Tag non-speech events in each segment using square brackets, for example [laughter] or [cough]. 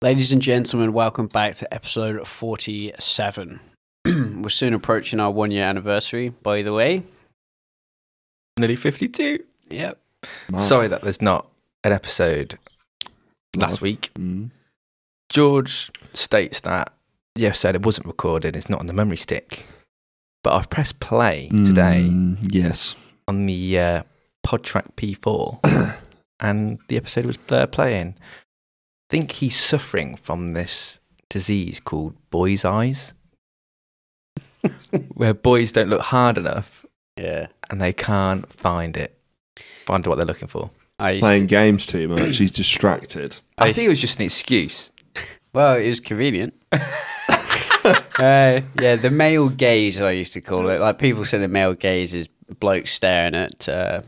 Ladies and gentlemen, welcome back to episode 47. [clears throat] We're soon approaching our one year anniversary, by the way. Nearly 52. Yep. Mad. Sorry that there's not an episode last Mad. week. Mm. George states that, yeah, said it wasn't recorded, it's not on the memory stick. But I've pressed play today Mm, yes. on the uh, Podtrack P4, and the episode was there playing. I think he's suffering from this disease called boy's eyes, where boys don't look hard enough [laughs] yeah. and they can't find it, find what they're looking for. I used Playing to, games too [clears throat] much. He's distracted. I think it was just an excuse. well, it is convenient. [laughs] Uh, yeah, the [laughs] male gaze, I used to call it. Like people say the male gaze is blokes staring at uh,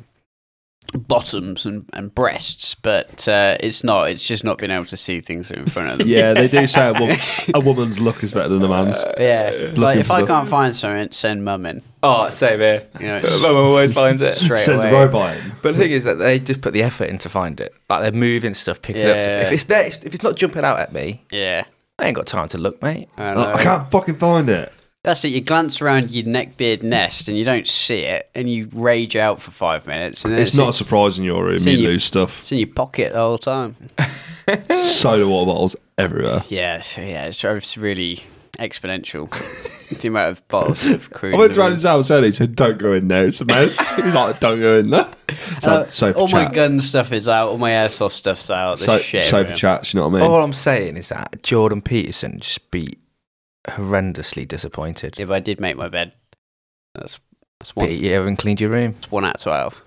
bottoms and, and breasts, but uh, it's not. It's just not being able to see things that are in front of them. Yeah, they do say a, wo- a woman's look is better than a man's. Yeah, like Looking if I for- can't find something, send mum in. Oh, same here. You [laughs] know, Mum it's [laughs] always finds it. straight Send away. the robot in. But the thing is that they just put the effort in to find it. Like they're moving stuff, picking up Yeah. stuff. If it's there, if if it's not jumping out at me, Yeah, I ain't got time to look, mate. I Oh, know. I can't fucking find it. That's it. You glance around your neckbeard nest and you don't see it, and you rage out for five minutes, and then It's not a surprise in your room. See you, you- lose [laughs] stuff. It's in your pocket the whole time. Soda water bottles everywhere. Yeah, so yeah, it's, uh, it's really [laughs] exponential. the amount of bottles of crude. I went round his house early. He said, "Don't go in there. It's a mess." He's like, "Don't go in there." It's like, sofa all chat. Uh, oh my gun stuff is out. All my airsoft stuff's out. This So, shit. sofa man. chats. You know what I mean? All I'm saying is that Jordan Peterson just be horrendously disappointed. If I did make my bed, that's that's But one. you haven't cleaned your room. It's one out of twelve.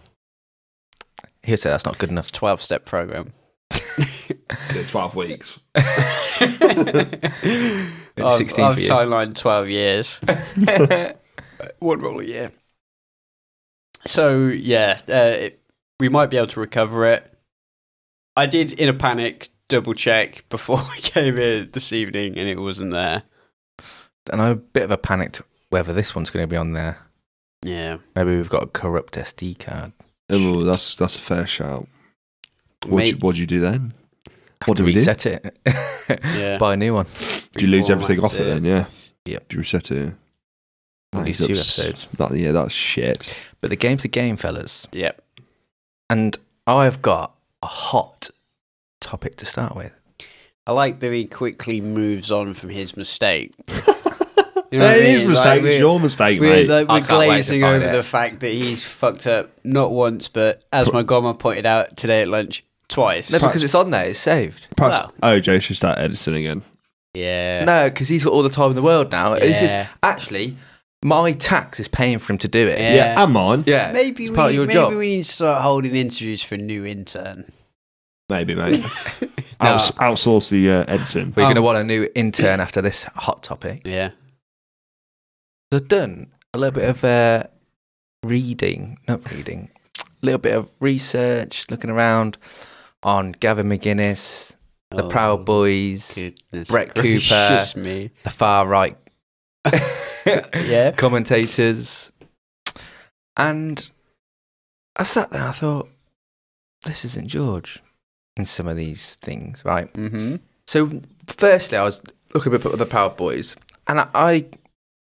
He'll say that's not good [laughs] enough. It's a twelve-step program. [laughs] [laughs] Yeah, Twelve weeks. I've, 16 I've for you. timelined 12 years. One roll a year. So, yeah, uh, it, we might be able to recover it. I did, in a panic, double check before [laughs] we came in this evening and it wasn't there. And I'm a bit of a panicked whether this one's going to be on there. Yeah. Maybe we've got a corrupt SD card. Oh, that's that's a fair shout. What Mate, you, what do you do then? Have What to do we do? reset it. Yeah. [laughs] Buy a new one. Do you lose reform, everything off that's it then? Yeah. Yep. Do you reset it? At least Nice, two that's- episodes. That, yeah, that's shit. But the game's a game, fellas. Yep. And I've got a hot topic to start with. I like that he quickly moves on from his [laughs] mistake. You know what I It is mean? mistake. Like, it's we're- your mistake, We're, mate. like, I we're can't wait to glazing find over it. the fact that he's fucked up not once, but as my grandma pointed out today at lunch, twice. No, because it's on there, it's saved. Perhaps Well- OJ should start editing again. Yeah. No, because he's got all the time in the world now. This is Yeah. actually my tax is paying for him to do it. Yeah. Yeah, and mine. Yeah, Maybe it's we, part of your maybe job. we need to start holding interviews for new intern. [laughs] Maybe, mate. Outs- outsource the uh, editing. We're Um, going to want a new intern after this hot topic. Yeah. So I've done a little bit of uh, reading, not reading, a little bit of research, looking around on Gavin McGuinness, the Proud Boys, Oh, Goodness Brett gracious [laughs] me. the far [laughs] right Yeah. commentators. And I sat there, I thought, this isn't George in some of these things, right? Mm-hmm. So, firstly, I was looking up at the Power Boys, and I, I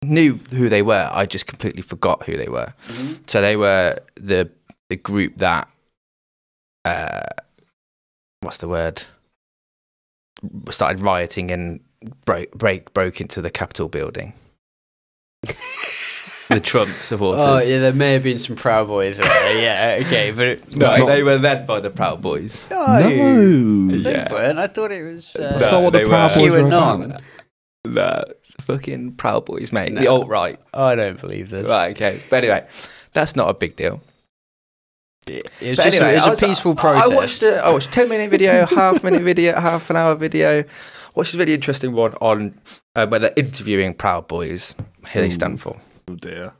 knew who they were. I just completely forgot who they were. Mm-hmm. So they were the the group that, uh, what's the word? Started rioting and broke break broke into the Capitol building. [laughs] the Trumps of Waters. Oh yeah, there may have been some Proud Boys. Around [laughs] there. Yeah. Okay, but it, No, It's not- they were led by the Proud Boys. No. They Yeah. weren't. I thought it was. Uh, That's No, not what the they Proud were- Boys are QAnon. about. No, it's the fucking Proud Boys, mate. The No. alt right. I don't believe this. Right, okay. But anyway, that's not a big deal. It it was But just a, it anyway, I was was- uh, a peaceful I- protest. I watched a, I watched a 10 minute [laughs] video, [laughs] half minute video, half an hour video. Watched a really interesting one on uh, where they're interviewing Proud Boys, who they Hmm. stand for. Oh dear.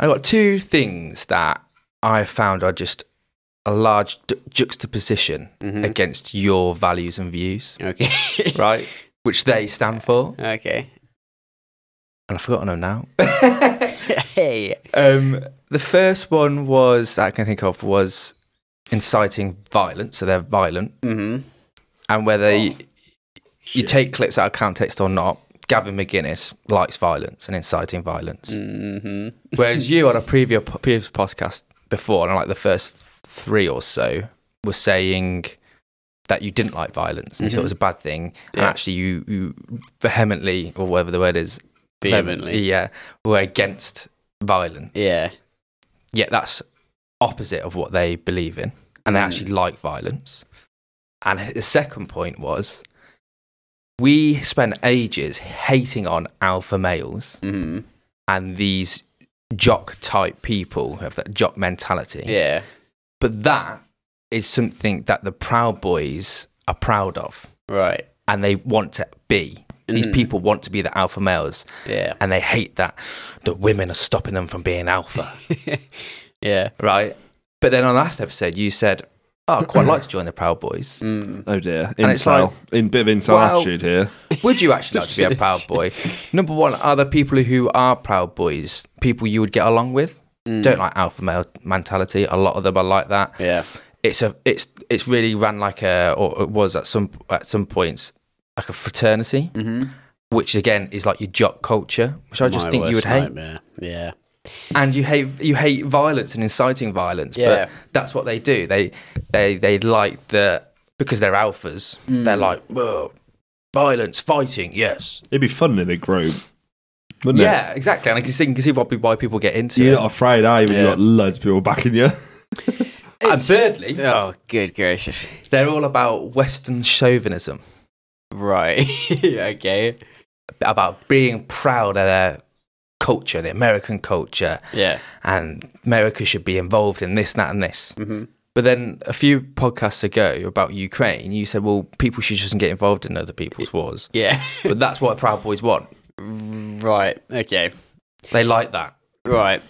I got two things that I found are just a large ju- juxtaposition Mhm. against your values and [laughs] views, Okay. right? Which they stand for. [laughs] okay. And I've forgotten [laughs] them now. hey. Um, the first one was, that I can think of, was inciting violence. So they're violent. Mm-hmm. and whether you, you Shit. take clips out of context or not, Gavin McGuinness likes violence and inciting violence. hmm Whereas you on a previous previous podcast before, and like the first three or so, were saying that you didn't like violence and you thought it was a bad thing, and Mm-hmm. Yeah. actually you you vehemently or whatever the word is, Vehemently. yeah, were against violence. Yeah. yet that's opposite of what they believe in, and they Mm. actually like violence. And the second point was. We spend ages hating on alpha males hmm and these jock type people who have that jock mentality. Yeah. But that is something that the Proud Boys are proud of Right. and they want to be. These Mm. people want to be the alpha males [laughs] Yeah. and they hate that the women are stopping them from being alpha, yeah. right? But then on last episode, you said, Oh, I'd quite like to join the Proud Boys. Mm. Oh dear. And it's Intel. In bit of intel Well- attitude here. Would you actually like to be a Proud Boy? Number one, are the people who are Proud Boys people you would get along with? Mm. Don't like alpha male mentality. A lot of them are like that. Yeah. it's a it's it's really ran like a or it was at some at some points like a fraternity, Mm-hmm. which again is like your jock culture, which I just think you would hate. Nightmare. Yeah. And you hate you hate violence and inciting violence, Yeah. but that's what they do. They they they like the because they're alphas. Mm. They're like Whoa, violence, fighting, yes, It'd be fun in a group, wouldn't it? yeah, exactly. And I can see, can see probably why people get into You're it. not afraid, are you? When Yeah. you've got loads of people backing you. and thirdly, Oh, good gracious. they're all about Western chauvinism, [laughs] Right. [laughs] okay. about being proud of their culture, the American culture, Yeah. and America should be involved in this, that, and this. Mm-hmm. But then a few podcasts ago about Ukraine, you said, well, people should just get involved in other people's wars. Yeah. [laughs] But that's what Proud Boys want. right. Okay. They like that. Right.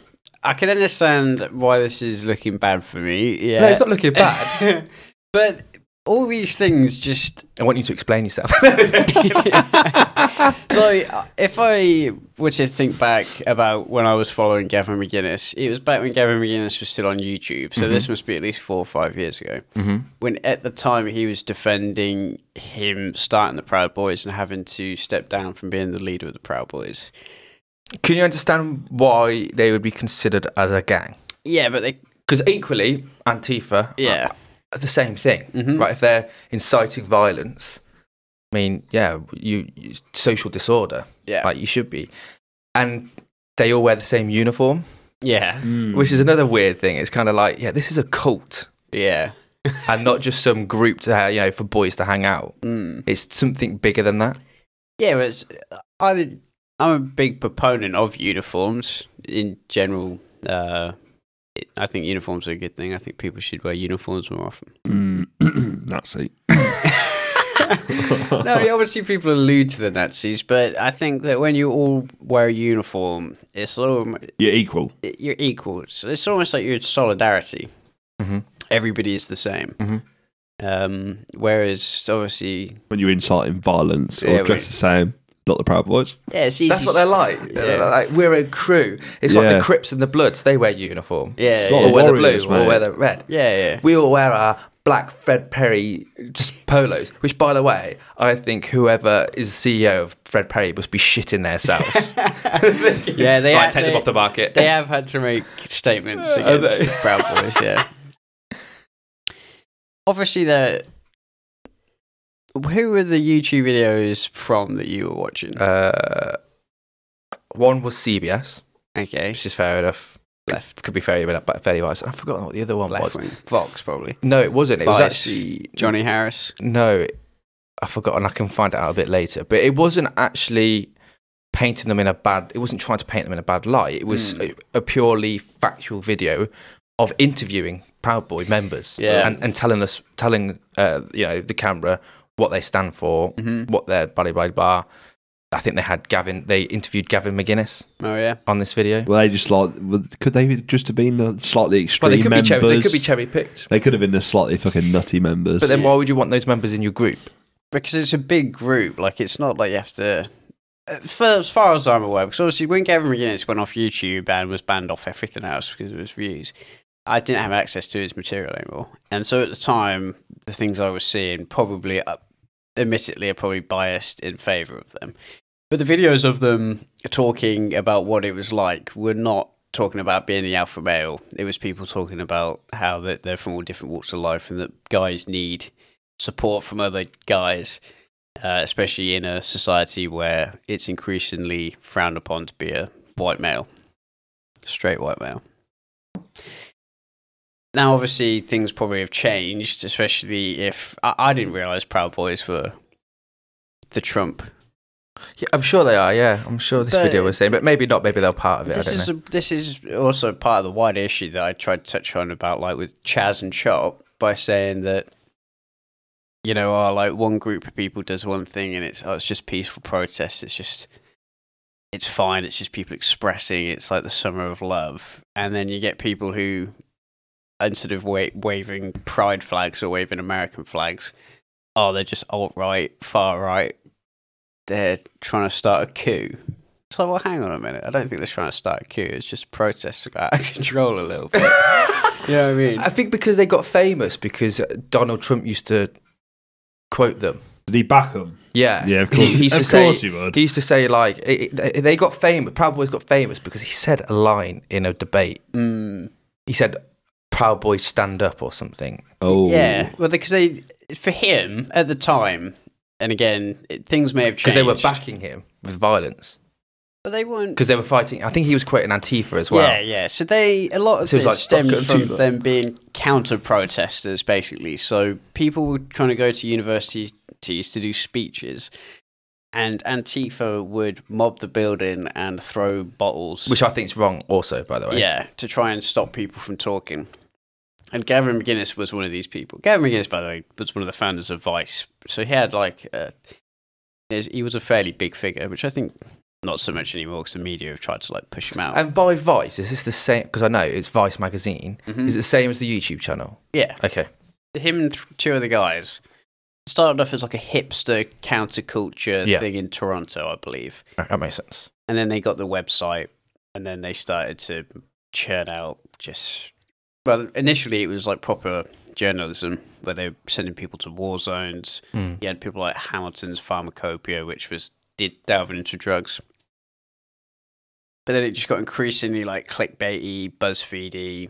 I can understand why this is looking bad for me. Yeah. No, it's not looking bad. [laughs] but all these things just I want you to explain yourself. [laughs] so uh, if I were to think back about when I was following Gavin McGuinness, it was back when Gavin McGuinness was still on YouTube. So this must be at least four or five years ago. When at the time he was defending him starting the Proud Boys and having to step down from being the leader of the Proud Boys. Can you understand why they would be considered as a gang? Yeah, but they Because equally, Antifa are- yeah Mm-hmm. are the same thing, right? If they're inciting violence, I mean, yeah, you, you social disorder, yeah like you should be. And they all wear the same uniform. yeah Mm. which is another weird thing. It's kind of like, yeah, this is a cult yeah and not just some group to ha- you know for boys to hang out. mm. It's something bigger than that. yeah. But it's, I I'm a big proponent of uniforms in general. Uh, it, I think uniforms are a good thing. I think people should wear uniforms more often. [laughs] Mm. [clears throat] Nazi. no, yeah, obviously people allude to the Nazis, but I think that when you all wear a uniform, it's all, You're equal. you're equal. So it's almost like you're in solidarity. Mhm. Everybody is the same. Mhm. Um, whereas obviously, When you're inciting violence or Yeah, dress we- the same, not the Proud Boys. yeah, it's easy. That's what they're like. They're Yeah. like we're a crew. It's like Yeah. the Crips and the Bloods. They wear uniform. Yeah, It's yeah, not Or the wear the blue. Warriors, Or mate. wear the red. yeah, yeah. [laughs] We all wear our black Fred Perry just polos. Which, by the way, I think whoever is CEO of Fred Perry must be shitting themselves. [laughs] Yeah, they right, have- take them they- off the market. They [laughs] have had to make statements Are against they? the [laughs] Proud Boys, yeah. Obviously, they're. Who were the YouTube videos from that you were watching? Uh, one was CBS, okay, which is fair enough. left, could be fairly but fairly wise. I forgot what the other one left was. wing, Vox probably. No, it wasn't. It was Vice. actually Johnny Harris. No, I forgot, and I can find it out a bit later. But it wasn't actually painting them in a bad. It wasn't trying to paint them in a bad light. It was Mm. a, a purely factual video of interviewing Proud Boy members Yeah. and, and telling us, telling uh, you know the camera what they stand for, Mm-hmm. what their blah blah blah. I think they had Gavin. They interviewed Gavin McGuinness Oh yeah, on this video. Were they just like? would- Could they just have been the slightly Well, extreme they could be members? cherry, they could be cherry picked. They could have been the slightly fucking nutty members. But then, Yeah. why would you want those members in your group? because it's a big group. Like it's not like you have to. Uh, For, as far as I'm aware, because obviously when Gavin McGuinness went off YouTube and was banned off everything else because of his views, I didn't have access to his material anymore. And so at the time, the things I was seeing probably up, admittedly are probably biased in favor of them. But the videos of them talking about what it was like were not talking about being the alpha male. It was people talking about how that they're from all different walks of life and that guys need support from other guys, uh, especially in a society where it's increasingly frowned upon to be a white male, straight white male. Now, obviously, things probably have changed, especially if I, I didn't realize Proud Boys were the Trump Yeah, I'm sure they are. Yeah, I'm sure this But- video was saying, but maybe not. Maybe they're part of it. This I don't is know. a, this is also part of the wider issue that I tried to touch on about like with Chaz and Chop by saying that you know, oh, like one group of people does one thing and it's oh, it's just peaceful protest. It's just it's fine. It's just people expressing. It's like the summer of love, and then you get people who instead of wa- waving pride flags or waving American flags, oh, they're just alt right, far right. They're trying to start a coup. It's like, well, hang on a minute. I don't think they're trying to start a coup. It's just protests got out of control a little bit. [laughs] [laughs] you know what I mean? I think because they got famous because Donald Trump used to quote them. Did he back them? Yeah, Yeah, of He- course. He used Of to say, course he would. used to say like it, it- they got famous. Proud Boys got famous because he said a line in a debate. [laughs] Mm. He said, "Proud Boys stand up" or something. Oh, Yeah, well, because they for him at the time, and again, it, things may have changed because they were backing him with violence but they weren't. because they were fighting. I think he was quoting Antifa as well. Yeah, yeah. So they a lot of So it this was like, stemmed fuck from Antifa. them being counter protesters, basically. So people would kind of go to universities to do speeches, and Antifa would mob the building and throw bottles, which I think is wrong. Also, by the way, Yeah, to try and stop people from talking. And Gavin McGinnis was one of these people. Gavin McGinnis, by the way, was one of the founders of Vice. So he had like, uh, his- he was a fairly big figure, which I think not so much anymore because the media have tried to like push him out. And by Vice, is this the same? Because I know it's Vice magazine. Mhm. Is it the same as the YouTube channel? yeah, Okay. him and th- two other guys started off as like a hipster counterculture Yeah. thing in Toronto, I believe. That makes sense. and then they got the website and then they started to churn out just well initially it was like proper journalism where they were sending people to war zones Mm. you had people like hamilton's pharmacopoeia which was did delving into drugs but then it just got increasingly like clickbaity buzzfeedy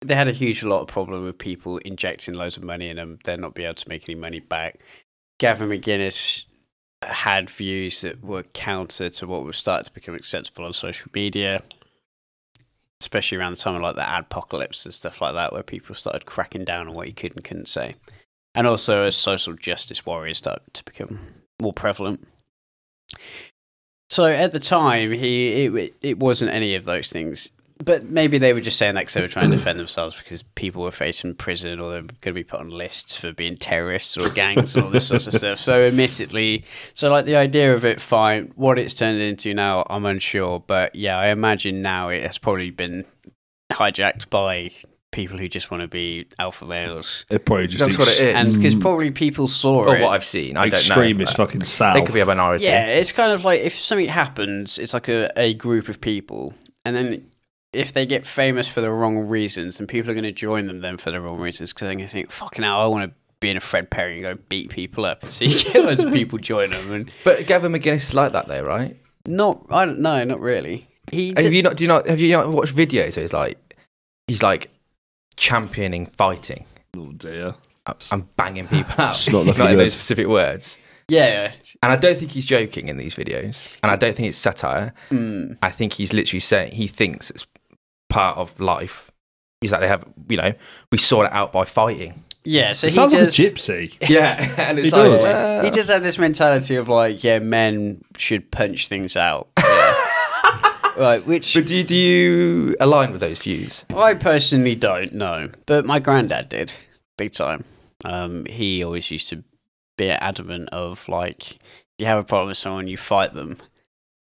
they had a huge lot of problem with people injecting loads of money in them then not be able to make any money back gavin mcguinness had views that were counter to what was starting to become acceptable on social media, especially around the time of like the adpocalypse and stuff like that, where people started cracking down on what you could and couldn't say. And also as social justice warriors started to become more prevalent. So at the time, he it, it wasn't any of those things. But maybe they were just saying that because they were trying to defend themselves because people were facing prison or they were going to be put on lists for being terrorists or gangs and all this sort of stuff. So, admittedly, so, like the idea of it, fine. What it's turned into now, I'm unsure. But yeah, I imagine now it has probably been hijacked by people who just want to be alpha males. It probably just That's what it is. And because probably people saw Or it. what I've seen, I Extremist don't know. fucking Sal. They could be a minority. yeah, it's kind of like if something happens, it's like a, a group of people. And then if they get famous for the wrong reasons, then people are going to join them then for the wrong reasons because they're going to think, fucking hell, I want to be in a Fred Perry and go beat people up. [laughs] So you get loads of people join them. And But Gavin McGinnis is like that, though, right? not, I don't know, not really. He Have you not? Do you not? Have you not watched videos? Where he's like, he's like championing fighting Oh dear. and banging people out. It's not looking in good. those specific words. Yeah. And I don't think he's joking in these videos. And I don't think it's satire. Mm. I think he's literally saying he thinks it's part of life. He's like they have, you know, we sort it out by fighting. Yeah, so It he sounds like a does. [laughs] [laughs] gypsy. Yeah, [laughs] and it's He like does. well- he does have this mentality of like, yeah, men should punch things out. [laughs] Yeah. right, which But do you, do you align with those views? I personally don't know, but my granddad did big time. Um, he always used to be adamant of like, if you have a problem with someone, you fight them,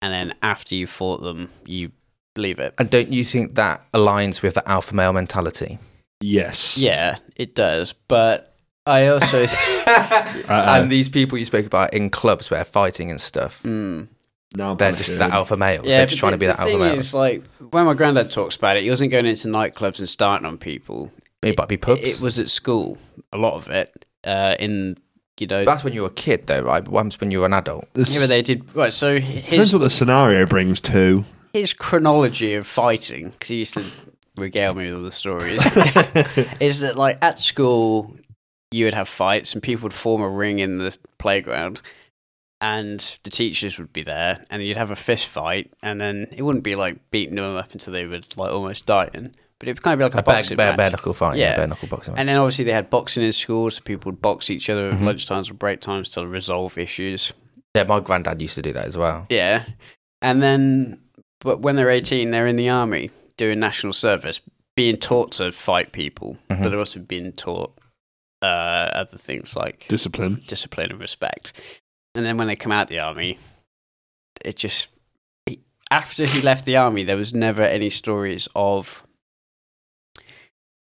and then after you fought them, you leave it. And don't you think that aligns with the alpha male mentality? Yes. Yeah, it does, but I [laughs] [laughs] also. Uh, and these people you spoke about in clubs where fighting and stuff, Mm. No, I'm they're not just sure. the alpha males. they're but just trying the- to be the that alpha thing male. is, like when my granddad talks about it, he wasn't going into nightclubs and starting on people. it might be pubs. It was at school, a lot of it, uh, in you know. That's when you were a kid, though, right? But what happens when you're an adult? Yeah, but they did right. So Depends his what the scenario [laughs] brings too. his chronology of fighting, because he used to regale me with all the stories, [laughs] is that like at school you would have fights and people would form a ring in the playground, and the teachers would be there, and you'd have a fist fight, and then it wouldn't be like beating them up until they were like almost dying, but it would kind of be like a, A bare, boxing bare, match. bare knuckle fight. Yeah, Yeah. bare knuckle boxing. match. And then obviously they had boxing in school, so people would box each other Mhm. at lunchtimes or break times to resolve issues. yeah, my granddad used to do that as well. Yeah. And then, but when they're 18, they're in the army doing national service, being taught to fight people, Mhm. but they're also being taught uh, other things like Discipline. discipline and respect. And then when they come out the army, it just. he- After he left the army, there was never any stories of.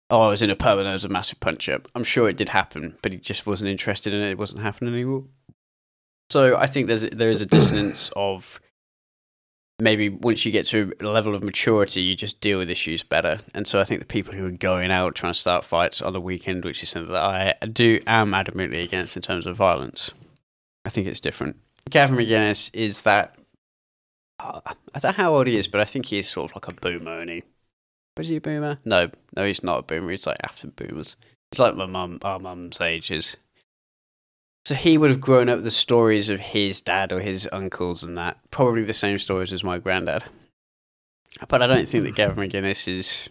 Oh, I was in a pub and there was a massive punch up. I'm sure it did happen, but he just wasn't interested in it. It wasn't happening anymore. So I think there's there is a dissonance of maybe once you get to a level of maturity, you just deal with issues better. And so I think the people who are going out trying to start fights on the weekend, which is something that I do am adamantly against in terms of violence, I think it's different. Gavin McGuinness is that uh, I don't know how old he is, but I think he is sort of like a boomer. And he was he a boomer? No, no, he's not a boomer. He's like after boomers. He's like my mum, our mum's age is. So he would have grown up with the stories of his dad or his uncles and that. Probably the same stories as my granddad. But I don't think that Gavin McGuinness is,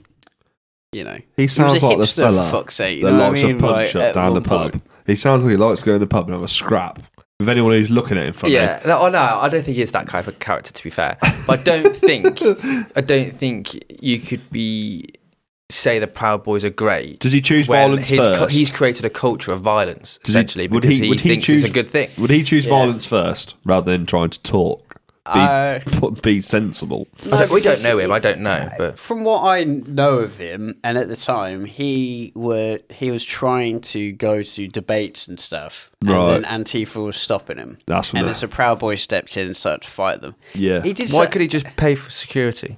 you know, he He was sounds a like the hipster, fella for fuck's sake. You that know what I likes a mean? punch Like, up at down the one pub. point- He sounds like he likes going to the pub and have a scrap with anyone who's looking at him funny. Yeah, no, oh, no, I don't think he is that kind of character. To be fair, but I [laughs] don't think I don't think you could be say the Proud Boys are great. Does he choose When violence his, first? cu- he's created a culture of violence he- essentially would because he- he, would he thinks choose- it's a good thing. Would he choose Yeah. violence first rather than trying to talk? Be, [laughs] Uh, be sensible. I don't, we don't because know him. he- I don't know, but From what I know of him, and at the time, he were he was trying to go to debates and stuff, and Right. then Antifa was stopping him, That's what. and I- then a Proud Boy stepped in and started to fight them. yeah. He did why so- could he just pay for [laughs] security?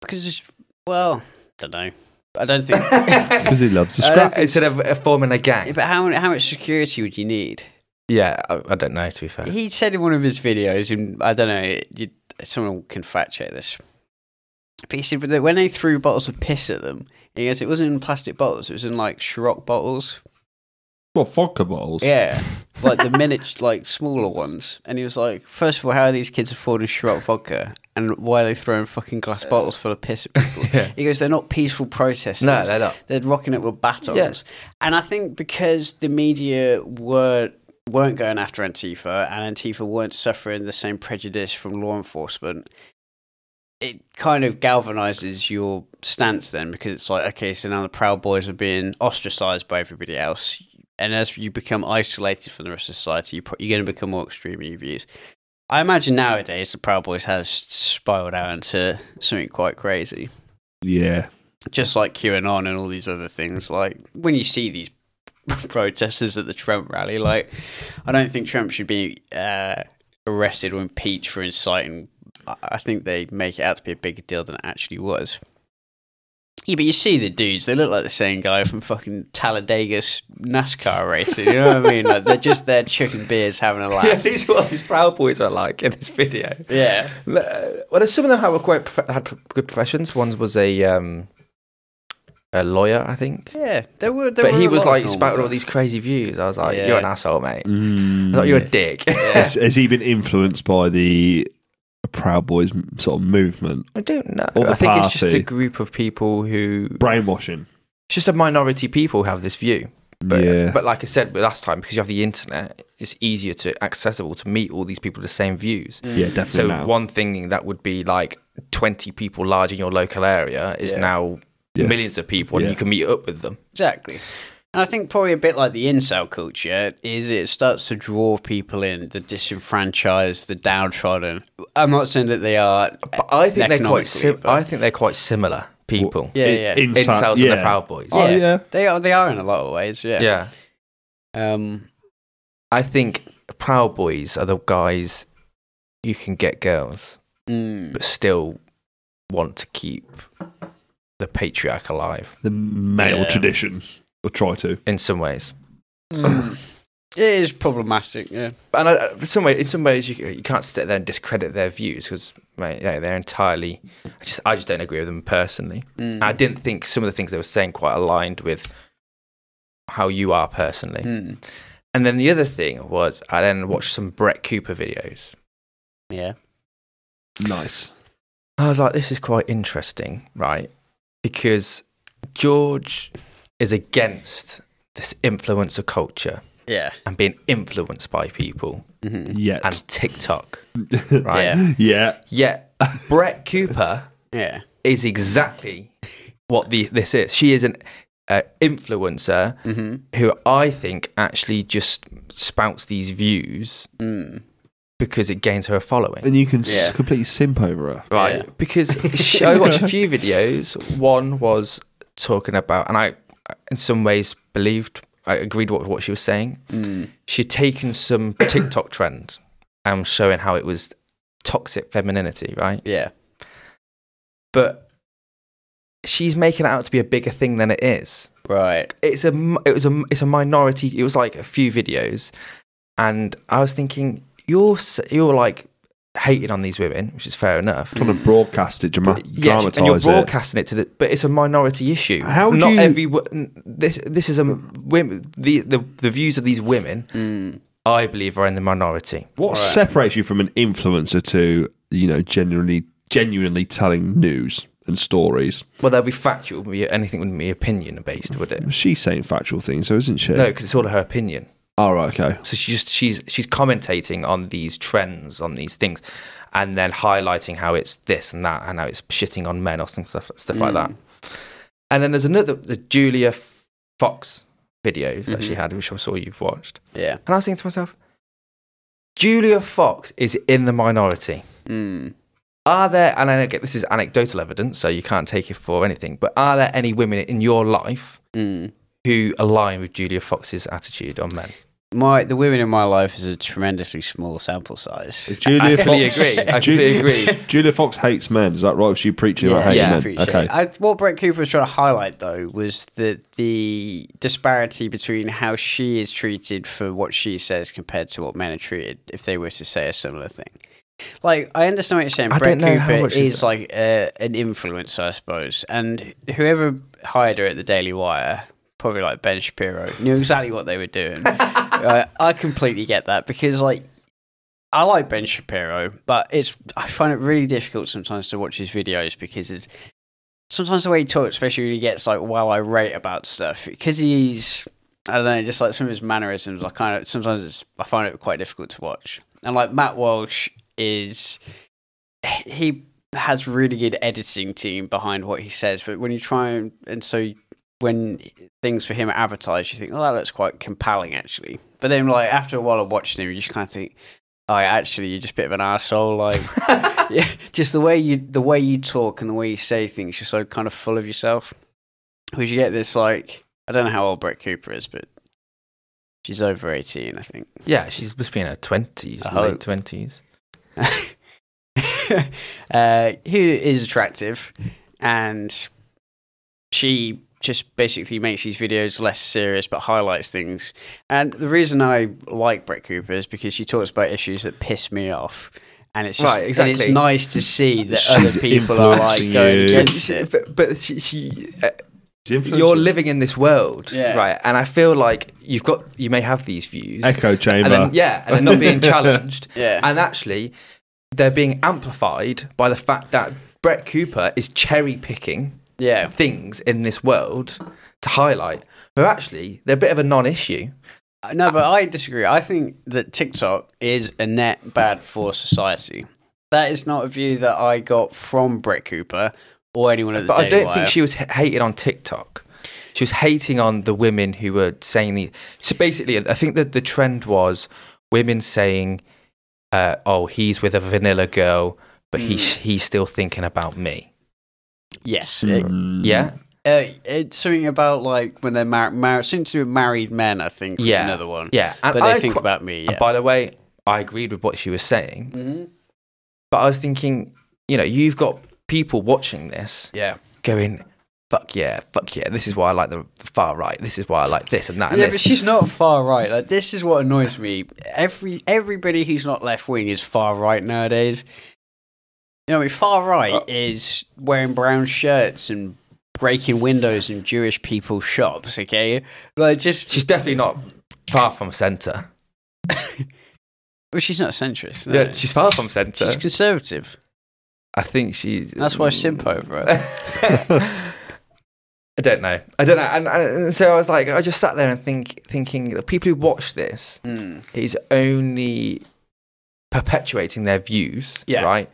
because it's- well, don't know. I don't [laughs] think. [laughs] Because he loves the I don't scrap. Instead of uh, forming a gang. but how how much security would you need? Yeah, I, I don't know. To be fair, He said in one of his videos, and I don't know, you, someone can fact check this. But he said that when they threw bottles of piss at them, he goes, it wasn't in plastic bottles, it was in like Ciroc bottles. Well, vodka bottles. Yeah, like the minute, [laughs] like smaller ones. And he was like, first of all, how are these kids affording Ciroc vodka? And why are they throwing fucking glass bottles full of piss at people? [laughs] Yeah. He goes, they're not peaceful protesters. no, they're not. they're rocking it with batons. Yeah. And I think because the media were weren't going after Antifa and Antifa weren't suffering the same prejudice from law enforcement, it kind of galvanizes your stance then because it's like, okay, so now the Proud Boys are being ostracized by everybody else. And as you become isolated from the rest of society, you pro- you're going to become more extreme in your views. I imagine nowadays the Proud Boys has spiraled out into something quite crazy Yeah. just like QAnon and all these other things, like when you see these [laughs] protesters at the Trump rally, like I don't think Trump should be uh, arrested or impeached for inciting. I- I think they make it out to be a bigger deal than it actually was. Yeah, but you see the dudes, they look like the same guy from fucking Talladega's NASCAR racing. You know what I mean? Like they're just there chucking beers, having a [laughs] Yeah, laugh. these are what these Proud Boys are like in this video. Yeah. Well, there's some of them have quite prof- had pro- good professions. One was a um, a lawyer, I think. Yeah. There were there but were he a was lot of like normal spouting all ones. these crazy views. I was like, Yeah. you're an asshole, mate. I Mm. thought you're a dick. [laughs] Yeah. [laughs] has, has he been influenced by the Proud Boys m- sort of movement? I don't know. Or the I think it's just party. a group of people who. Brainwashing. It's just a minority people who have this view. But, yeah. but like I said last time, because you have the internet, it's easier to accessible to meet all these people with the same views. yeah, definitely. So now. one thing that would be like 20 people large in your local area is Yeah. now Yeah. millions of people Yeah. and you can meet up with them. Exactly. And I think probably a bit like the incel culture is it starts to draw people in, the disenfranchised, the downtrodden. I'm not saying that they are. But I think they're Economically, quite sim- but- I think they're quite similar people. Yeah, yeah. In- Incels Insa- and yeah. the Proud Boys. Oh, yeah. They are. They are in a lot of ways. Yeah. yeah. Um. I think Proud Boys are the guys you can get girls, mm, but still want to keep the patriarch alive The male Yeah. tradition. Or try to. in some ways. mm. It is problematic, yeah. and I, in some way, in some ways, you, you can't sit there and discredit their views because yeah, they're entirely. I just I just don't agree with them personally. Mm. I didn't think some of the things they were saying quite aligned with how you are personally. Mm. And then the other thing was I then watched some Brett Cooper videos. Yeah. [clears throat] Nice. I was like, this is quite interesting, right? Because George is against this influencer culture Yeah. and being influenced by people Mhm. Yet. and TikTok, right? Yeah. yeah. Yet Brett Cooper Yeah. is exactly what the this is. She is an uh, influencer Mm-hmm. who I think actually just spouts these views Mm. because it gains her a following. And you can s- Yeah. completely simp over her. Right. Yeah. Because she, I watched a few videos. One was talking about, and I, in some ways, believed, I agreed with what she was saying. Mm. She'd taken some [coughs] TikTok trend and showing how it was toxic femininity, right? Yeah. But she's making it out to be a bigger thing than it is. Right. It's a, m- it was a, m- it's a minority. It was like a few videos, and I was thinking, you're, s- you're like hating on these women, which is fair enough. Trying to broadcast it, drama- Yeah, dramatize Mm. and you're it. broadcasting it to the, but it's a minority issue. How do Not you- every wo- this this is a women the, the the views of these women. Mm. I believe are in the minority. What Right. separates you from an influencer to you know genuinely genuinely telling news and stories? Well, they'll be factual. wouldn't Be anything wouldn't be opinion based, would it? She's saying factual things, so isn't she? No, because it's all her opinion. Oh, right, okay. So she just she's she's commentating on these trends, on these things, and then highlighting how it's this and that, and how it's shitting on men or some stuff stuff like Hmm. Mm. that. And then there's another the Julia F- Fox videos that she had, which I'm sure you've watched. Yeah. And I was thinking to myself, Julia Fox is in the minority. Mm. Are there, and I know, get this is anecdotal evidence, so you can't take it for anything, but are there any women in your life Mm. who align with Julia Fox's attitude on men? My the women in my life is a tremendously small sample size. If Julia I completely Fox, [laughs] agree. I Ju- completely agree. Julia Fox hates men. Is that right? Was she preaching about Yeah, hating yeah. men? appreciate okay. it. I, what Brett Cooper was trying to highlight though was that the disparity between how she is treated for what she says compared to what men are treated if they were to say a similar thing. Like I understand what you're saying. I Brett don't know how Cooper much she's is like a, an influencer, I suppose, and whoever hired her at the Daily Wire. Probably like Ben Shapiro knew exactly what they were [laughs] doing. [laughs] I, I completely get that because like I like Ben Shapiro, but it's I find it really difficult sometimes to watch his videos because it's sometimes the way he talks, especially when he gets like wow irate about stuff, because he's I don't know, just like some of his mannerisms. I kind of sometimes it's, I find it quite difficult to watch. And like Matt Walsh is he has really good editing team behind what he says, but when you try and and so when things for him are advertised, you think, oh, that looks quite compelling actually. But then like after a while of watching him, you just kind of think oh, yeah, actually, you're just a bit of an asshole. [laughs] Like, yeah, just the way you the way you talk and the way you say things, you're so kind of full of yourself. Because you get this like, I don't know how old Brett Cooper is, but she's over eighteen, I think. Yeah, she's must be in her 20s, I late hope. 20s. [laughs] uh, who is attractive, and she just basically makes these videos less serious but highlights things. And the reason I like Brett Cooper is because she talks about issues that piss me off. And it's just, Right, and exactly. it's nice to see that She's other people are like influencing going you. against it. But, but she, she uh, She's influencing- you're living in this world, Yeah. right? And I feel like you've got, you may have these views. echo chamber. and then, yeah, and then not [laughs] being challenged. Yeah. And actually, they're being amplified by the fact that Brett Cooper is cherry picking Yeah. things in this world to highlight. But actually, they're a bit of a non issue. No, but I disagree. I think that TikTok is a net bad for society. That is not a view that I got from Brett Cooper or anyone at the But I Daily don't think Wire. she was h- hating on TikTok. She was hating on the women who were saying the. So basically, I think that the trend was women saying, uh, "Oh, he's with a vanilla girl, but Mm. he's he's still thinking about me." Yes. it- Mm. Yeah, Uh, it's something about like when they're married. Mar- something to do with married men, I think. Was Yeah. Another one. yeah. And But I they think qu- about me. And Yeah. by the way, I agreed with what she was saying, Mhm. but I was thinking, you know, you've got people watching this Yeah. going, fuck yeah, fuck yeah. This is why I like the, the far right. This is why I like this and that. And Yeah, this. but she's not far right. Like this is what [laughs] annoys me. Every everybody who's not left wing is far right nowadays. You know, I mean, far right is wearing brown shirts and breaking windows in Jewish people's shops. Okay, like just She's definitely not far from centre. [laughs] well, she's not centrist. no. Yeah, she's far from centre. she's conservative. I think she's. That's why I [laughs] simp over her. I don't know. I don't know. And, and so I was like, I just sat there and think, thinking, the people who watch this Mm. is only perpetuating their views, Yeah. right?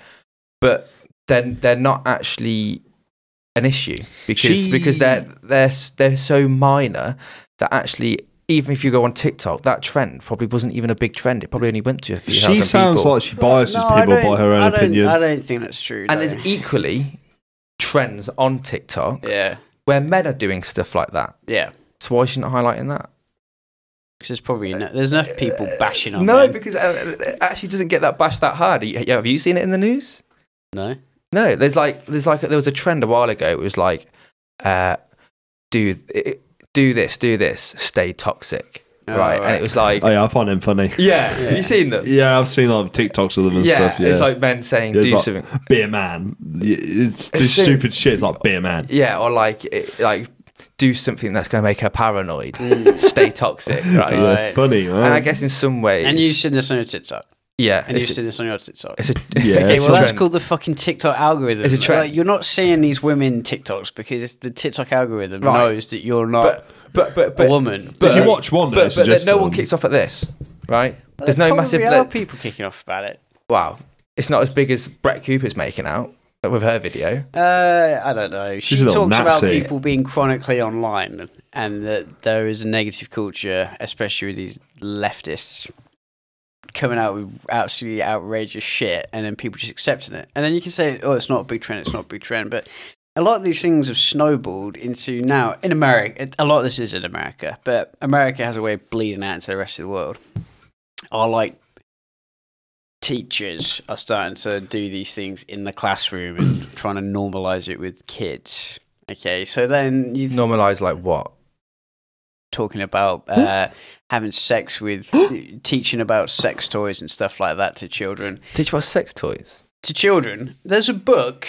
But then they're not actually an issue because She- because they're they're s- they're so minor that actually even if you go on TikTok, that trend probably wasn't even a big trend. It probably only went to a few She thousand sounds people. like she biases No, I people by don't- her own I don't- opinion. I don't think that's true. and though. there's equally trends on TikTok yeah, where men are doing stuff like that. yeah. So why shouldn't highlighting that? Because there's probably no, there's enough people Uh, bashing on. No, them. because uh, it actually doesn't get that bashed that hard. You- Have you seen it in the news? no. No, there's like there's like there was a trend a while ago. It was like, uh, do do this, do this, stay toxic, Oh, right? And it was like, Oh, yeah, I find them funny. Yeah. yeah, have you seen [laughs] them? Yeah, I've seen like TikToks of them and yeah, stuff. Yeah, it's like men saying Yeah, it's do like- something, be a man. Yeah, It's just It's so- stupid shit. It's like be a man. yeah, or like it, like do something that's going to make her paranoid, Mm. stay toxic, right? [laughs] Yeah, funny man. And I guess in some ways, And you've seen this on your TikTok. yeah, And it's, you've seen this on your TikTok. it's a [laughs] Yeah, it's Okay, a well, that's trend. called the fucking TikTok algorithm. It's a trend. Like, you're not seeing these women TikToks because it's the TikTok algorithm Right. knows that you're not But but but a but woman. but- If you watch one, though, it but, but suggests no one them. kicks off at this, right? But There's no probably massive. Are There, people kicking off about it? wow, it's not as big as Brett Cooper's making out with her video. Uh, I don't know. She She's a talks little about Nazi. people being chronically online and that there is a negative culture, especially with these leftists coming out with absolutely outrageous shit and then people just accepting it. And then you can say, oh, it's not a big trend, it's not a big trend. But a lot of these things have snowballed into now in America. A lot of this is in America, but America has a way of bleeding out into the rest of the world. Are like teachers are starting to do these things in the classroom and trying to normalize it with kids. Okay, so then you're Normalize like what? talking about uh, having sex with, teaching about sex toys and stuff like that to children. Teach about sex toys. To children, there's a book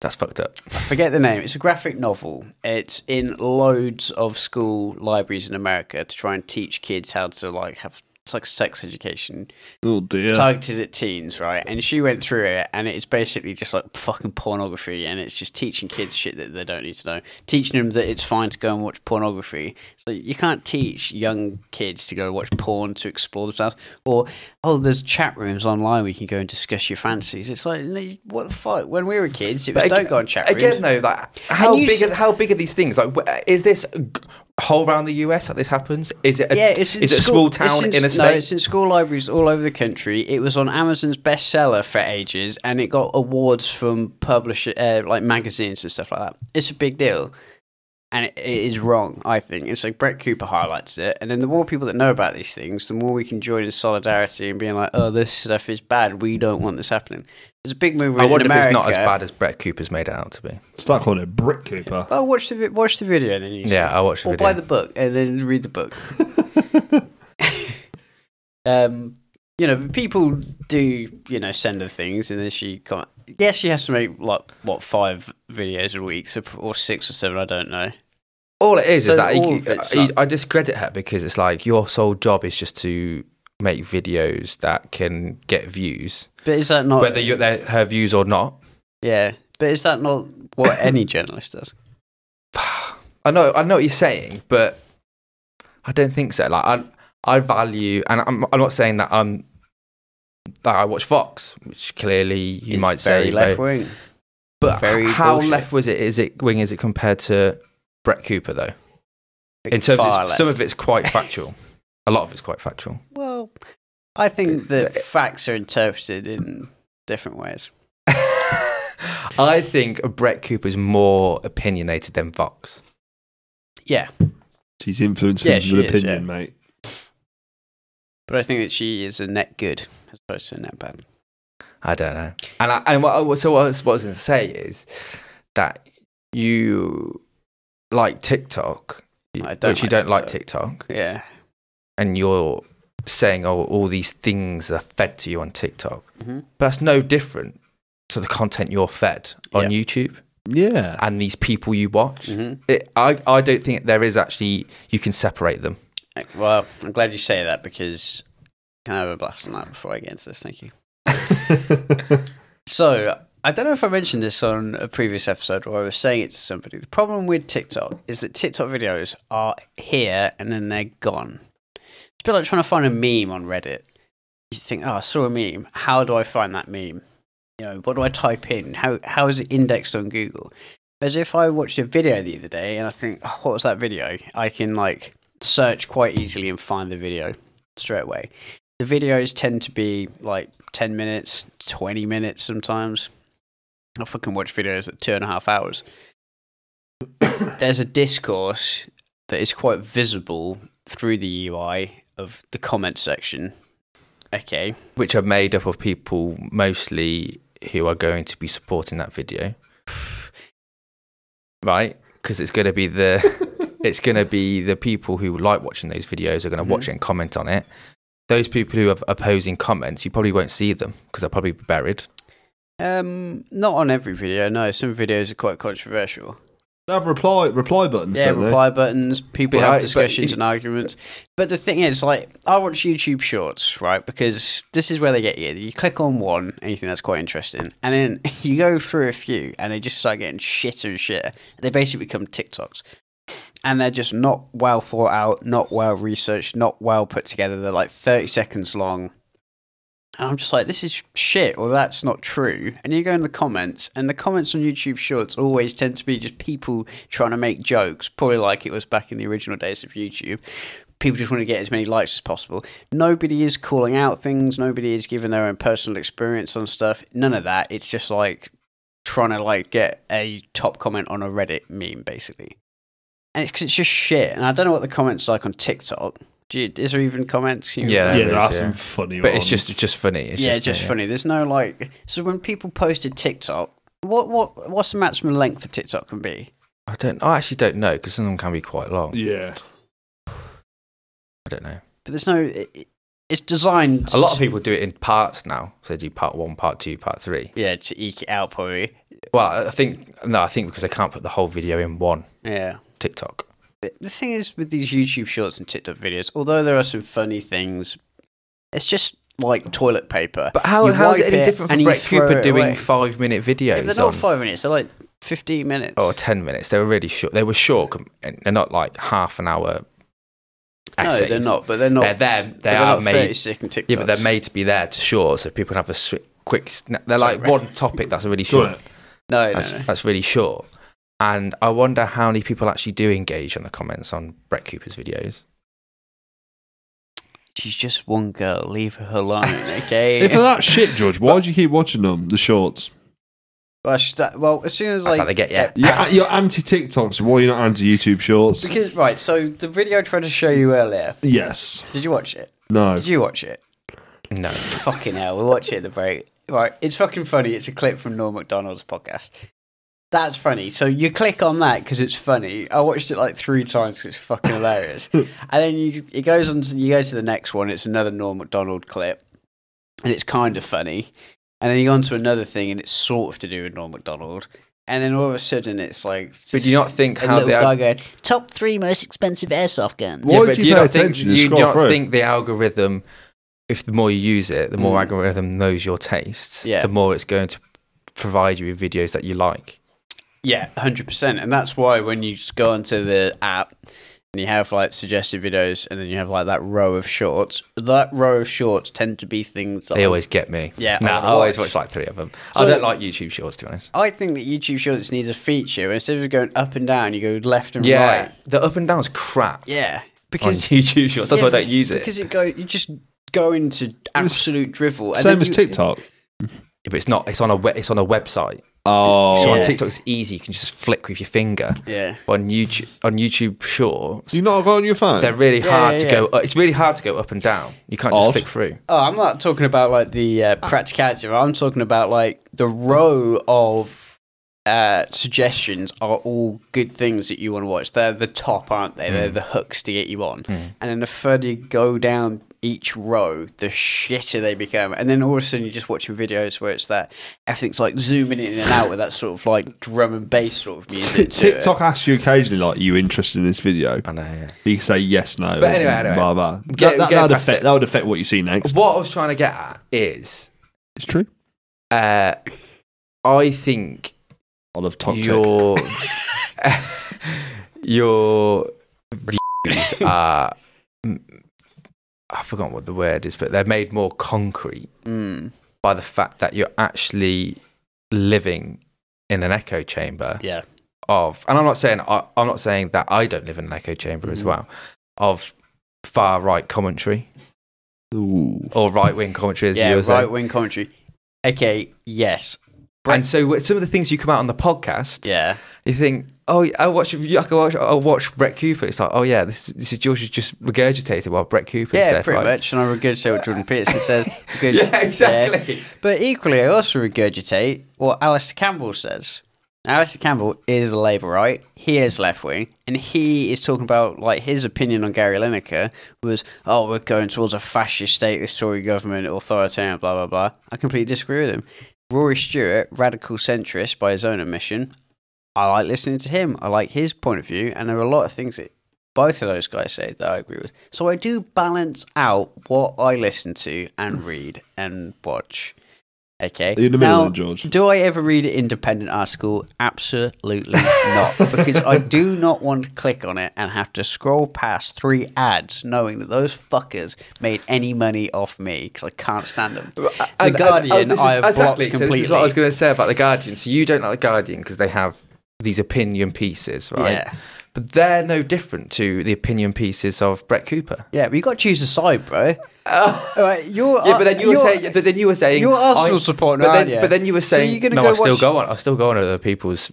That's fucked up. forget the name. It's a graphic novel. It's in loads of school libraries in America to try and teach kids how to like have it's like sex education oh dear. targeted at teens, right? And she went through it, and it's basically just like fucking pornography, and it's just teaching kids shit that they don't need to know, teaching them that it's fine to go and watch pornography. So you can't teach young kids to go watch porn to explore themselves, or oh, there's chat rooms online where you can go and discuss your fancies. It's like no, what the fuck? When we were kids, it was But don't go on chat rooms. Again, though, like how you big s- are, how big are these things? Like, wh- is this g- whole round the US that this happens? Is it a, yeah, it's in is it a school- small town it's in, a No, state? it's in school libraries all over the country. It was on Amazon's bestseller for ages, and it got awards from publisher uh, like magazines and stuff like that. It's a big deal, and it, it is wrong, I think. It's like Brett Cooper highlights it, and then the more people that know about these things, the more we can join in solidarity and being like, "Oh, this stuff is bad. We don't want this happening." There's a big movement I wonder in if America. it's not as bad as Brett Cooper's made it out to be. Start calling it Brick [laughs] Cooper. Oh, watch the vi- watch the video, and then you Yeah, I watched the or video. buy the book and then read the book. um, you know, people do you know send her things, and then she can't. Yes, she has to make like what five videos a week, so, or six or seven. I don't know. All it is So is that all you, of it's I, up. I discredit her because it's like your sole job is just to make videos that can get views, But is that not? whether you're their, her views or not. yeah, but is that not [coughs] what any journalist does? I know, I know what you're saying, but I don't think so. Like I, I value, and I'm, I'm not saying that I'm that I watch Fox, which clearly you It's might very say, left but, wing. but very how bullshit. left was it? Is it wing? Is it compared to Brett Cooper though? In terms, Far of, left. some of it's quite [laughs] factual. A lot of it's quite factual. well, I think that Uh, Th- facts are interpreted in different ways. [laughs] I think Brett Cooper's more opinionated than Vox. Yeah, She's influencing Yeah, with she an is, opinion, mate. but I think that she is a net good as opposed to a net bad. I oh, don't know. And I, and what I, was- so what I was, what I was going to say is that you like TikTok, I don't which you like don't like TikTok. TikTok, Yeah. and you're saying, oh, all these things are fed to you on TikTok. Mhm. But that's no different to the content you're fed on YouTube [laughs] Yeah. and these people you watch. Mhm. It, I, I don't think there is actually, you can separate them. Well, I'm glad you say that because can I have a blast on that before I get into this? Thank you. So I don't know if I mentioned this on a previous episode or I was saying it to somebody. The problem with TikTok is that TikTok videos are here and then they're gone. It's a bit like trying to find a meme on Reddit. You think, oh, I saw a meme. How do I find that meme? You know, what do I type in? How how is it indexed on Google? As if I watched a video the other day and I think, oh, what was that video? I can like search quite easily and find the video straight away the videos tend to be like 10 minutes 20 minutes sometimes i fucking watch videos at two and a half hours there's a discourse that is quite visible through the ui of the comment section okay which are made up of people mostly who are going to be supporting that video, [sighs] right? Because it's going to [laughs] be the it's going to be the people who like watching those videos are going to watch Mm-hmm. it and comment on it. Those people who have opposing comments, you probably won't see them because they'll probably be buried. um not on every video no some videos are quite controversial They have reply reply buttons. yeah don't they? reply buttons people But I- have but discussions you- and arguments but the thing is like i watch youtube shorts right because this is where they get you you click on one and you think that's quite interesting and then [laughs] you go through a few and they just start getting shitter and shitter they basically become tiktoks and they're just not well thought out not well researched not well put together they're like 30 seconds long and I'm just like, this is shit, or that's not true. And you go in the comments, and the comments on YouTube Shorts always tend to be just people trying to make jokes, probably like it was back in the original days of YouTube. People just want to get as many likes as possible. Nobody is calling out things, nobody is giving their own personal experience on stuff. None of that. It's just like trying to like get a top comment on a Reddit meme, basically. And it's 'cause it's just shit. And I don't know what the comments like on TikTok. Do you, is there even comments? Can you Yeah, Yeah, there is, there are yeah. some funny. But it's ones. just it's just funny. It's yeah, just, just, funny. There's no like. So when people post a TikTok, what what what's the maximum length a TikTok can be? I don't. I actually don't know because some of them can be quite long. yeah. I don't know. But there's no. It, it- it's designed. A lot of people do it in parts now. So they do part one, part two, part three. Yeah, to eke it out probably. Well, I think no, I think because they can't put the whole video in one Yeah. TikTok. But the thing is with these YouTube shorts and TikTok videos, although there are some funny things, it's just like toilet paper. But how, You how is it wipe any it different from and you Brett throw Cooper it doing away? five minute Yeah, they're videos not on, Oh, five minutes. They're like fifteen minutes. or ten minutes? They were really short. They were short com- and they're not like half an hour. no, Essays. they're not. But they're not. They're there. They but they're are not made. thirty-second TikToks. Yeah, but they're made to be there to short, so people can have a swi quick. Sna- they're Sorry, like Brett. one topic that's really short. No, no, That's, no. that's really short. And I wonder how many people actually do engage on the comments on Brett Cooper's videos. She's just one girl. Leave her [laughs] alone, okay? If they're that shit, George, why do you keep watching them? The shorts. Well, I should- well, as soon as That's like how they get you. Yeah, you're anti TikTok, so why are you not anti YouTube shorts? because right, so the video I tried to show you earlier. Yes. Did you watch it? No. Did you watch it? No. Fucking hell, we'll watch it at the break. Right, it's fucking funny. It's a clip from Norm Macdonald's podcast. That's funny. So you click on that because it's funny. I watched it like three times 'cause it's fucking [laughs] hilarious. and then you it goes on. To, you go to the next one. It's another Norm Macdonald clip, and it's kind of funny. And then you go on to another thing, and it's sort of to do with Norm Macdonald. And then all of a sudden, it's like. But do you not think a how little they guy going, top three most expensive airsoft guns. Why yeah, would but you do you pay not think attention to you do scroll not through? think the algorithm, if the more you use it, the more Mm. algorithm knows your tastes, Yeah. the more it's going to provide you with videos that you like. Yeah, 100%. And that's why when you s- go onto the app and you have like suggested videos and then you have like that row of shorts, that row of shorts tend to be things that They I- always get me. Yeah, I nah, I wanna always watch. watch like three of them. So- I don't like YouTube Shorts to be honest. I think that YouTube Shorts needs a feature where instead of going up and down, you go left and Yeah, right. the up and down's crap Yeah. on Because [laughs] YouTube Shorts. That's why I don't use it. Because it go you just go into absolute drivel. and Same then as you- TikTok. Yeah, but it's not. It's on a we- it's on a website. Oh. So on Yeah. TikTok, it's easy. You can just flick with your finger. Yeah. On YouTube, on YouTube Shorts, you not got on your phone? they're really Yeah, hard yeah, to yeah. go. Uh, it's really hard to go up and down. You can't just Odd. flick through. Oh, I'm not talking about like the uh, practicality. of it. I'm talking about like the row of uh, suggestions are all good things that you want to watch. They're the top, aren't they? They're the hooks to get you on. And then the further you go down each row, the shitter they become. And then all of a sudden you're just watching videos where it's that everything's like zooming in and out with that sort of like drum and bass sort of [laughs] T- music. to it. [laughs] TikTok asks you occasionally, like, "Are you interested in this video?" I know. Yeah. You can say yes, no, But anyway, anyway. blah blah. Get- that, that, get that'd past affect, it. that would affect what you see next. What I was trying to get at is, It's true. uh, I think Olive [laughs] toxic. your your uh, views are. I forgot what the word is, but they're made more concrete Mm, by the fact that you're actually living in an echo chamber yeah. of, and I'm not saying I, I'm not saying that I don't live in an echo chamber as Mhm. well, of far right commentary Ooh. or right wing commentary as Yeah, you were saying. right wing commentary. Okay, yes. And so with some of the things you come out on the podcast, Yeah. you think, oh, I watch, I can watch, I watch Brett Cooper. It's like, oh yeah, this this is George is just regurgitated while Brett Cooper. Yeah, said, pretty like- much. And I regurgitate what Jordan Peterson [laughs] says. Regurgitate- Yeah, exactly. But equally, I also regurgitate what Alistair Campbell says. Alistair Campbell is Labourite, he is left wing, and he is talking about, like, his opinion on Gary Lineker was, oh, we're going towards a fascist state, this Tory government, authoritarian, blah, blah, blah. I completely disagree with him. Rory Stewart, radical centrist by his own admission, I like listening to him. I like his point of view, and there are a lot of things that both of those guys say that I agree with. So I do balance out what I listen to [sighs] and read and watch. Okay. In the middle, now, then, George. do I ever read an independent article? [laughs] Absolutely not, because I do not want to click on it and have to scroll past three ads, knowing that those fuckers made any money off me because I can't stand them. The And- and- Guardian, oh, this is- I have exactly. blocked So completely. this is what I was going to say about the Guardian. So you don't like the Guardian because they have these opinion pieces, right? Yeah. But they're no different to the opinion pieces of Brett Cooper. yeah, but you got to choose a side, [laughs] bro. All right, you're, Yeah, but then you were you're- saying, but then you were saying, you're Arsenal I- supporter, But then, aren't you? but then you were So saying, you're gonna no, go I still watch- go on. I still go on other people's.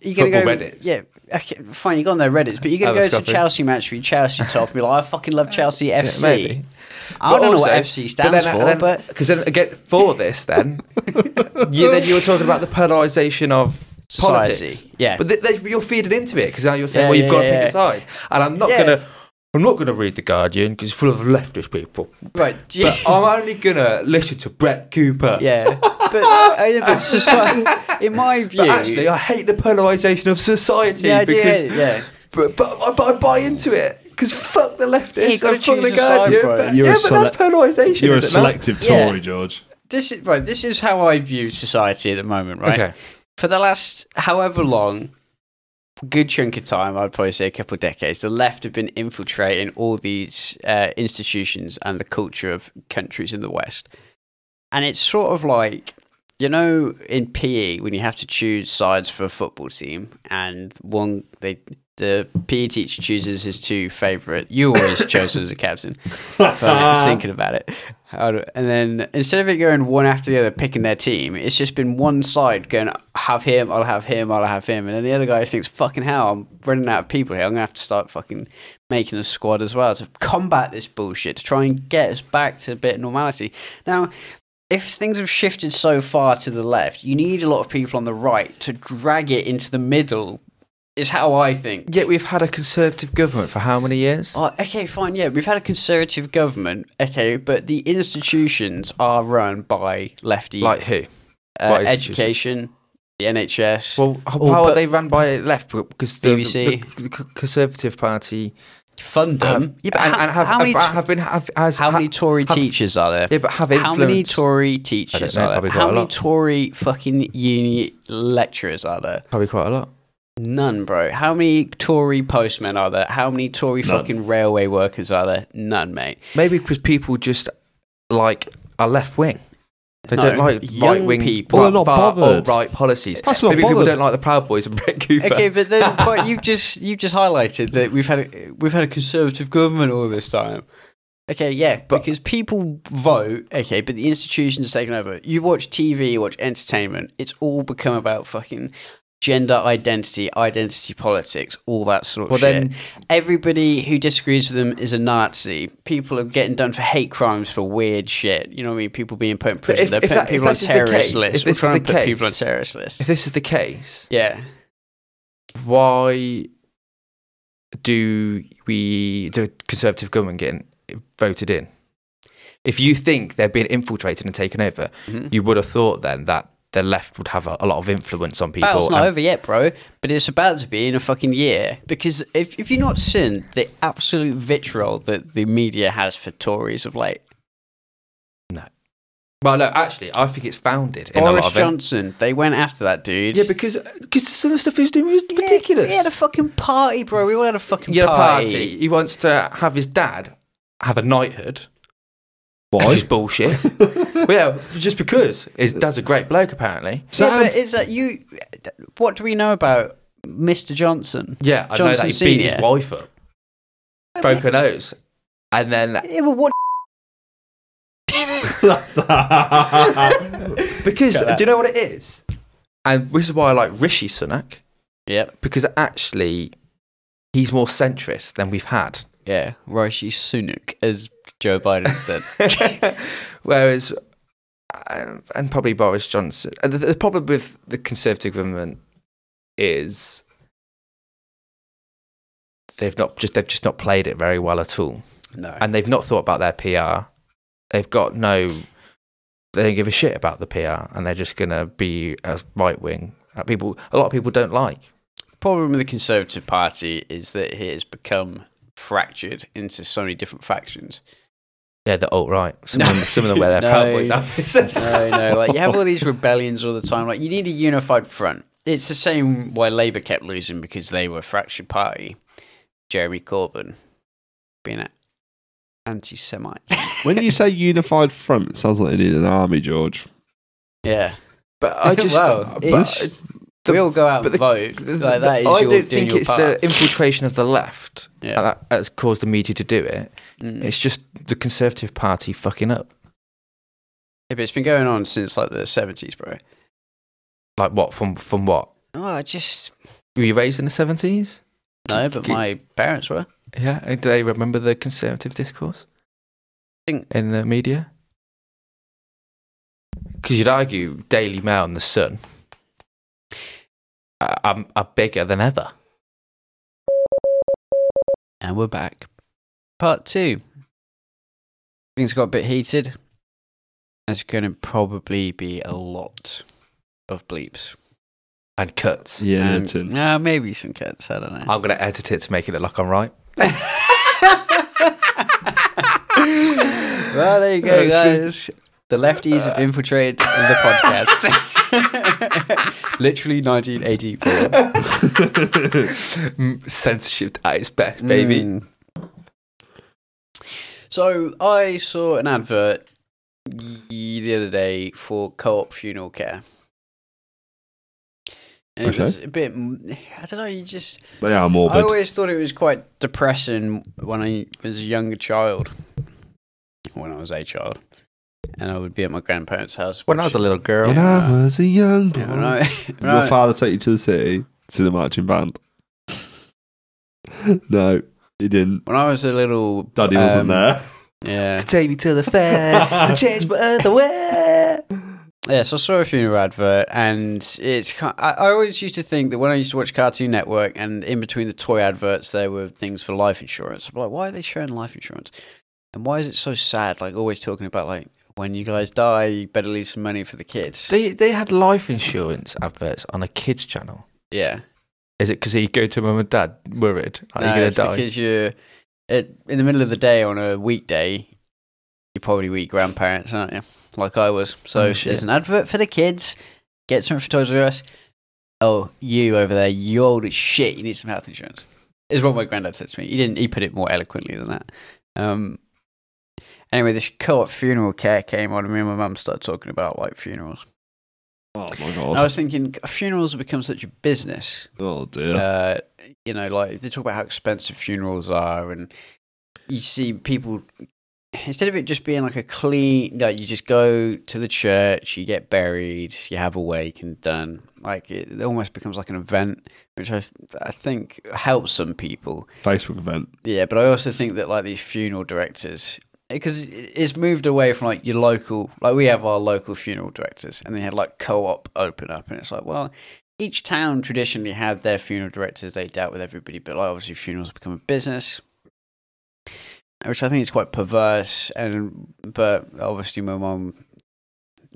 you're gonna football go, Reddits. Yeah, okay, fine. You go on their Reddits, but you're gonna Have a go to a scruffy. Chelsea match with Chelsea top and be like, I fucking [laughs] love Chelsea FC. maybe. I don't know what FC stands for, but because then again for [laughs] this, then you then you were talking about the polarization of. Society, Politics, yeah. but th- th- you're feeding into it because now you're saying, Yeah, "Well, you've yeah, got to yeah, pick yeah. a side," and I'm not Yeah. gonna, I'm not gonna read the Guardian because it's full of leftist people. right, [laughs] yeah, But I'm only gonna listen to Brett Cooper. yeah. [laughs] But, I know, but society, in my view, But actually, I hate the polarization of society yeah, because, yeah, yeah. But, but, I- but I buy into it because fuck the leftists. You gotta and fuck choose the a side, Guardian. bro. but, You're yeah, a but that's selec- polarization. You're a is it not? selective Yeah. [laughs] Tory, George. This is right. This is how I view society at the moment, right? Okay. for the last however long, good chunk of time, I'd probably say a couple of decades, the left have been infiltrating all these uh, institutions and the culture of countries in the West. And it's sort of like, you know, in PE, when you have to choose sides for a football team, and one, they. The PE teacher chooses his two favourite. You always chosen as a captain. for thinking about it. How do- And then instead of it going one after the other, picking their team, it's just been one side going, have him, I'll have him, I'll have him. And then the other guy thinks, fucking hell, I'm running out of people here. I'm going to have to start fucking making a squad as well to combat this bullshit, to try and get us back to a bit of normality. Now, if things have shifted so far to the left, you need a lot of people on the right to drag it into the middle, is how I think. Yet we've had a conservative government for how many years? Oh, okay, fine. Yeah, we've had a conservative government. Okay, but the institutions are run by lefty Like who? uh, what institutions? education, the NHS. Well, how, Oh, how but- are they run by left? Because the, BBC. the, the c- Conservative Party fund them. have- yeah, but and, how, and have, how many? have, t- have been have, has, how many ha- Tory have- teachers are there? Yeah, but have how many influence. Tory teachers know, are probably there? quite How a many lot. Tory fucking uni lecturers are there? Probably quite a lot. None, bro. How many Tory postmen are there? How many Tory None. fucking railway workers are there? None, mate. Maybe because people just like are left wing. They No, don't like young right wing people- Well, they're not bothered. right policies. That's not Maybe people bothered. don't like the Proud Boys and Brett Cooper. Okay, but then, [laughs] but you've just you've just highlighted that we've had a, we've had a conservative government all this time. Okay, yeah, because people vote. Okay, but the institutions taken over. You watch TV, you watch entertainment. It's all become about fucking gender identity, identity politics, all that sort of Well, shit. then- everybody who disagrees with them is a Nazi. People are getting done for hate crimes for weird shit. You know what I mean? People being put in prison. if- They're if putting that- if people on that's just the terrorist case, lists. if We're this is trying to the put people on case- terrorist lists. If this is the case, Yeah. why do we the conservative government getting voted in? If you think they're being infiltrated and taken over, Mhm. you would have thought then that the left would have a, a lot of influence on people. Battle's not and- over yet, bro, but it's about to be in a fucking year. Because if, if you're not seen the absolute vitriol that the media has for Tories of late, Well, no, actually, I think it's founded in a Boris lot of it. Johnson, they went after that dude. Yeah, because because some of the stuff he's doing is Yeah, ridiculous. We had a fucking party, bro. We all had a fucking He had a party. party. He wants to have his dad have a knighthood. Which Why? is [laughs] bullshit. Well, yeah, just because his dad's a great bloke, apparently. Yeah, Sam, but is that you? What do we know about Mr. Johnson? Yeah, I know that he Johnson beat Senior. his wife up, broke her nose, and then Yeah, but [laughs] what? because Got do that. you know what it is? And this is why I like Rishi Sunak Yep. because actually he's more centrist than we've had. Yeah, Rishi Sunak, as Joe Biden said. [laughs] Whereas, um, and probably Boris Johnson. and The, the problem with the Conservative government is they've not just they've just not played it very well at all, no. and they've not thought about their PR. They've got no, they don't give a shit about the PR, and they're just gonna be a right wing. that People, a lot of people don't like. The problem with the Conservative Party is that it has become fractured into so many different factions. Yeah, the [laughs] alt right. Some, No. of them, some of them wear their No. Proud Boys outfits. [laughs] No, no. Like you have all these rebellions all the time. Like you need a unified front. It's the same why Labour kept losing because they were a fractured party. Jeremy Corbyn being an anti-Semite. [laughs] when you say unified front, it sounds like they need an army, George. yeah, But I just, Well, but it's- The- we all go out but and the- vote. the- like that is the- I your, don't doing think your it's part. the infiltration of the left Yeah. that has caused the media to do it. Mm. It's just the Conservative Party fucking up. Yeah, but it's been going on since like the seventies, bro. Like what? From from what? Oh, I just Were you raised in the seventies? no, but my parents were. yeah. And Do they remember the Conservative discourse Think- in the media? Because you'd argue Daily Mail and the Sun are, are, are bigger than ever. And we're back. Part two. Things got a bit heated. There's going to probably be a lot of bleeps. And cuts. Yeah, And- it's in. nah, maybe some cuts. I don't know. I'm gonna edit it to make it look like I'm right. [laughs] well, there you go, That's good. guys. The lefties have infiltrated the [laughs] podcast. Literally 1984. Mm, Censorship at its best, baby. Hmm. Mm. So I saw an advert y- the other day for co-op funeral care. And Okay. it was a bit, I don't know, you just, They are I morbid. always thought it was quite depressing when I was a younger child, when I was a child, and I would be at my grandparents' house. When I was a watching- little girl, When I was a young boy, Yeah, when I- Did when I- your father take you to the city to the marching band? [laughs] no, he didn't. when I was a little, Daddy um, wasn't there. Yeah, take me to the [laughs] fair to change my underwear. Yeah, so I saw a funeral advert, and it's. ki- I I always used to think that when I used to watch Cartoon Network, and in between the toy adverts, there were things for life insurance. I'm like, why are they showing life insurance? And why is it so sad? Like always talking about like when you guys die, you better leave some money for the kids. They they had life insurance adverts on a kids channel. Yeah, Is it because you go to mum and dad worried are No, you gonna it's die? because you're it, in the middle of the day on a weekday. You're probably with your grandparents, aren't you? Like I was. So Oh, shit. there's an advert for the kids. Get something for Toys R Us. Oh, you over there, you old as shit. You need some health insurance. Is what my granddad said to me. He didn't. He put it more eloquently than that. Um. Anyway, this co-op funeral care came on, and me and my mum started talking about like funerals. Oh my And I god. was thinking, funerals have become such a business Oh dear. uh, you know, like they talk about how expensive funerals are, and you see people instead of it just being like a clean, no, you just go to the church, you get buried, you have a wake and done. Like it, it almost becomes like an event, which I th- I think helps some people. Facebook event. Yeah, but I also think that like these funeral directors, because it's moved away from like your local, like we have our local funeral directors, and they had like co-op open up, and it's like, well, each town traditionally had their funeral directors. They dealt with everybody, but like obviously funerals have become a business, which I think is quite perverse. And but obviously my mom,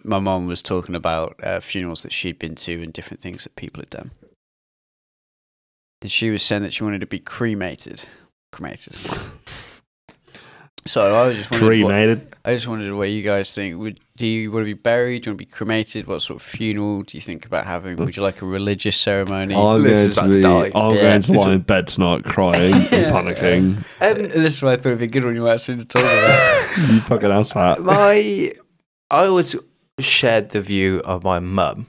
my mom was talking about uh, funerals that she'd been to and different things that people had done. And she was saying that she wanted to be cremated, cremated. so I was just wondering what- Cremated. I just wondered what you guys think. Would do you want to be buried? Do you want to be cremated? What sort of funeral do you think about having? Would you like a religious ceremony? I'm Liz going is about to to be. die. I'm Yeah. going to lie in bed tonight, crying and panicking. Um, [laughs] this is why I thought it'd be a good when you were actually to talk [laughs] about. you fucking ass hat. my [laughs] I always shared the view of my mum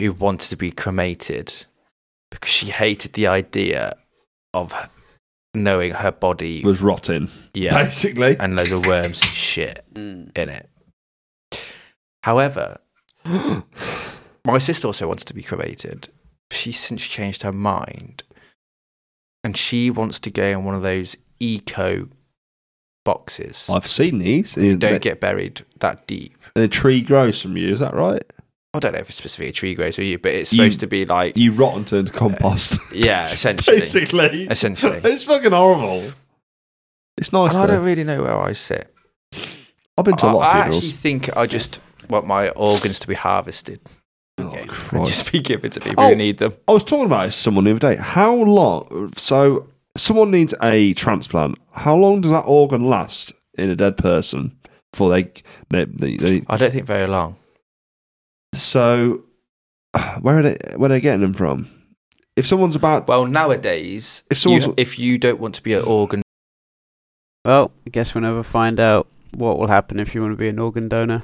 who wanted to be cremated because she hated the idea of h- knowing her body Was rotting yeah basically. and loads of worms and shit it. Mm. in it. However, my sister also wants to be cremated. She's since changed her mind. And she wants to go in one of those eco boxes. I've seen these. And Don't the, get buried that deep. the tree grows from you. Is that right? I don't know if it's specifically a tree grows for you, but it's You- supposed to be like You rot and turn to compost. [laughs] yeah, essentially, Basically. essentially. [laughs] It's fucking horrible. It's nice. And I don't Though. really know where I sit. I've been to I, a lot I of actually funerals. think I just want my organs to be harvested, oh, okay. Christ. just be given to people Oh. who need them. I was talking about this to someone the other day. How long? So, someone needs a transplant. How long does that organ last in a dead person before they? they, they, they I don't think very long. so, [sighs] where are they? Where are they getting them from? If someone's about, Well, nowadays, if If someone's- you, if you don't want to be an organ, Well, I guess we'll never find out what will happen if you want to be an organ donor.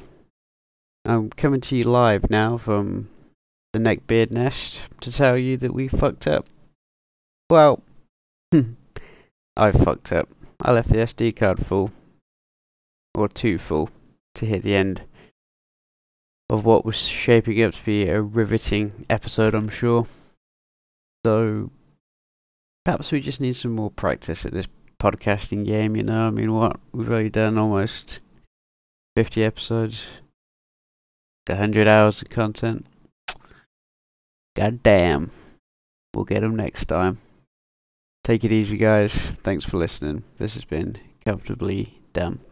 I'm coming to you live now from the Neckbeard Nest to tell you that we fucked up. Well, hmm, I fucked up. I left the SD card full, or too full, to hit the end of what was shaping up to be a riveting episode, I'm sure. So, perhaps we just need some more practice at this podcasting game, you know. I mean, what we've already done almost 50 episodes, 100 hours of content. God damn. We'll get 'em next time. Take it easy, guys. Thanks for listening. This has been Comfortably Dumb.